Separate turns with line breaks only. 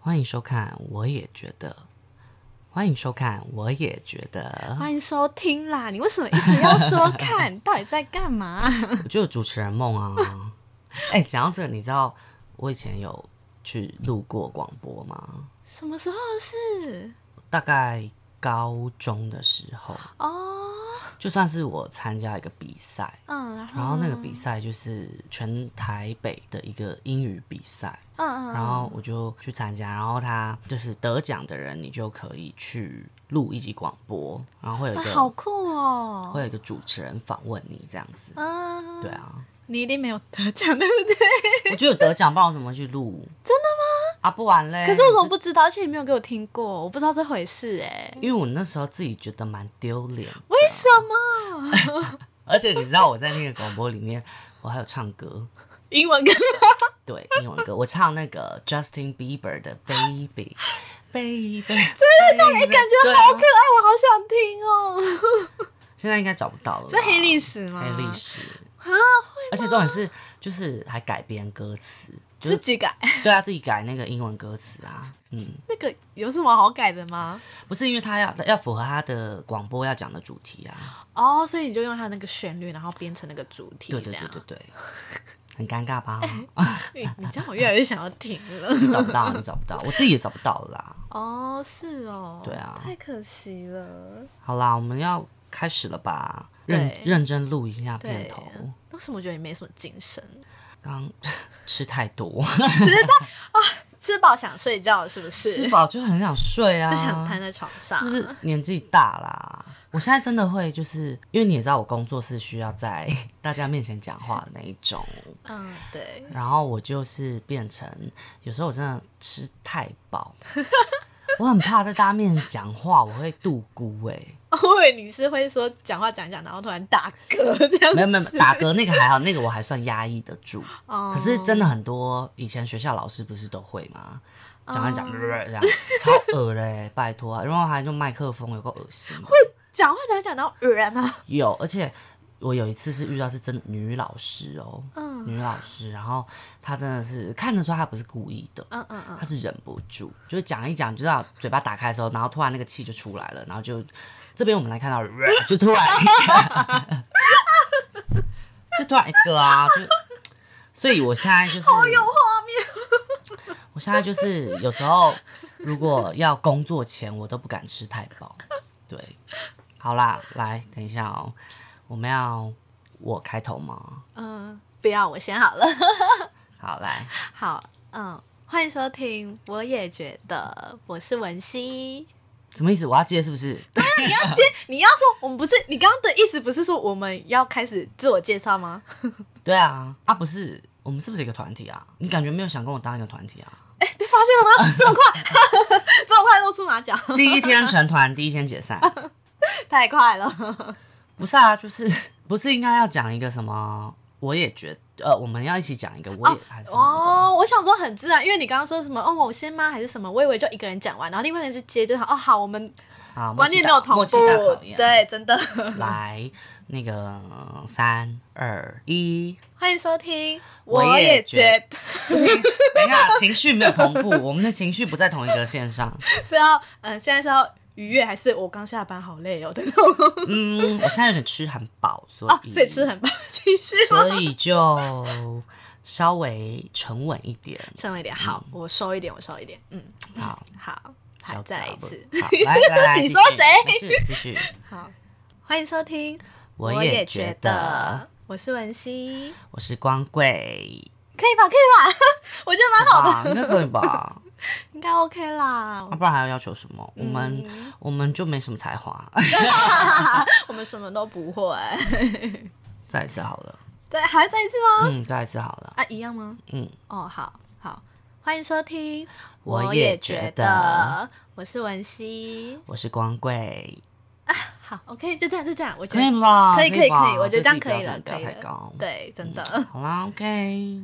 欢迎收看，我也觉得。欢迎收看，我也觉得。
欢迎收听啦！你为什么一直要说 看？到底在干嘛？
我就有主持人梦 啊。哎、讲到这个，你知道我以前有去录过广播吗？
什么时候的事？
大概高中的时候，
哦，
就算是我参加一个比赛，
嗯，然后，
然后那个比赛就是全台北的一个英语比赛，
嗯嗯，
然后我就去参加，然后他就是得奖的人，你就可以去录一集广播，然后会有一
哇
个、
好酷哦！
会有一个主持人访问你这样子，
嗯，
对啊，
你一定没有得奖，对不对？
我觉得有得奖，不然我怎么去录？ 真的吗？啊，不然嘞？
可是我怎么不知道？而且你没有给我听过，我不知道这回事哎。
因为我那时候自己觉得蛮丢脸，
为什么？
而且你知道我在那个广播里面，我还有唱歌，
英文歌
对，英文歌，我唱那个 Justin Bieber 的 Baby Baby，真 的假的？感
哎觉好可爱，我好想听 哦。
现在应该找不到了吧，
这黑历史吗？
黑历史
啊，
而且重点是，就是还改编歌词，就
自
是
己改
对啊，自己改那个英文歌词啊，嗯，
那个有什么好改的吗？
不是因为他要要符合他的广播要讲的主题啊，
哦，所以你就用它那个旋律，然后编成那个主题，
对对
这
对
样
对对， 很尴尬吧？
你你这样我越来越想要听
你
了。
找不到，你找不到，我自己也找不到了啦。
哦，是哦，
对啊
太可惜了。
好啦，我们要开始了吧？
对
认认真录一下片
对
头，，
为什么我觉得你没什么精神？
刚 吃太多，
吃饱想睡觉是不是？
吃饱就很想睡啊，
就想瘫在床上，
是不是年纪大啦？我现在真的会，就是因为你也知道，我工作是需要在 大家面前讲话的那一种，
嗯，对，
然后我就是变成有时候我真的吃太 饱，我很怕在大家面前讲话，我会度孤哎、
哦我以为你是会说讲话讲一讲，然后突然打嗝这样子。
没有没有没有打嗝那个还好，那个我还算压抑得住。
哦
可是真的很多以前学校老师不是都会吗？
哦
讲来讲 这样超恶嘞、拜托、啊！然后还用麦克风，有个恶心的。
讲话讲一讲，然后啊耳然吗？
有，而且我有一次是遇到是真的女老师哦，
嗯
女老师，然后她真的是看得出她不是故意的，
嗯嗯嗯，
她是忍不住，就是讲一讲，就知道嘴巴打开的时候，然后突然那个气就出来了，然后就这边我们来看到，就突然一个就突然一个啊，就。所以，我现在就是，
画面
我现在就是有时候如果要工作前，我都不敢吃太饱。对，好啦，来，等一下哦，我们要我开头吗？
嗯，不要，我先好了。
好，来，
好，嗯，欢迎收听，我也觉得我是文熙。
什么意思？我要接是不是？
你要接，你要说我们不是你刚刚的意思，不是说我们要开始自我介绍吗？
对啊，啊，不是，我们是不是一个团体啊？你感觉没有想跟我当一个团体啊？
哎、被发现了吗？ 这么快， 这么快露出马脚，
第一天成团，第一天解散，
太快了。
不是啊，就是不是应该要讲一个什么？我也觉呃，我们要一起讲一个，我也、还是什么的。
哦，我想说很自然，因为你刚刚说什么哦，我先吗还是什么，我以为就一个人讲完，然后另外一个人是接着哦，好，我们
好，默
观
契
念
大
没有同
默
步
契大考，验。
对，真的。
来，那个三二一，
欢迎收听，
我
我
也
也
觉
觉得
不行，等一下，情绪没有同 步，我们的情绪不在同一个线上。
是要嗯、呃现在是要愉悦还是我刚下班好累哦 的那种
嗯，我现在有点吃很饱，所以、
哦，所 以吃很饱， 继续
所以就稍微沉稳一点。
撑了一点，好，我收一点，我收一点，嗯，
好，
好，
嗯小
好，再来一次，
好，来来 来，
你
继续
说谁
没事，继续。
好， 欢迎收听，
我也觉得，，
我是文熙，
我是光贵，
可以吧，可以吧， 我觉得蛮好的，
好吧，应该可以吧？
应该 OK 啦
啊，，不然还要要求什么？我们我们就没什么才华。
我们什么都不会，
再一次好了，
对，还要再一次吗？
嗯，再一次好了。
啊，一样吗？
嗯，
哦，好好，欢迎收听。
我也觉得，
我是文熙。
我是光贵，
好，OK，就这样，就这样，我觉
可
得
以吧？
可以，可以，
吧
可以，我觉得这样可以
对自
了，
己不
可
要
以
太高嗯
了。。对，真的。
好啦，OK，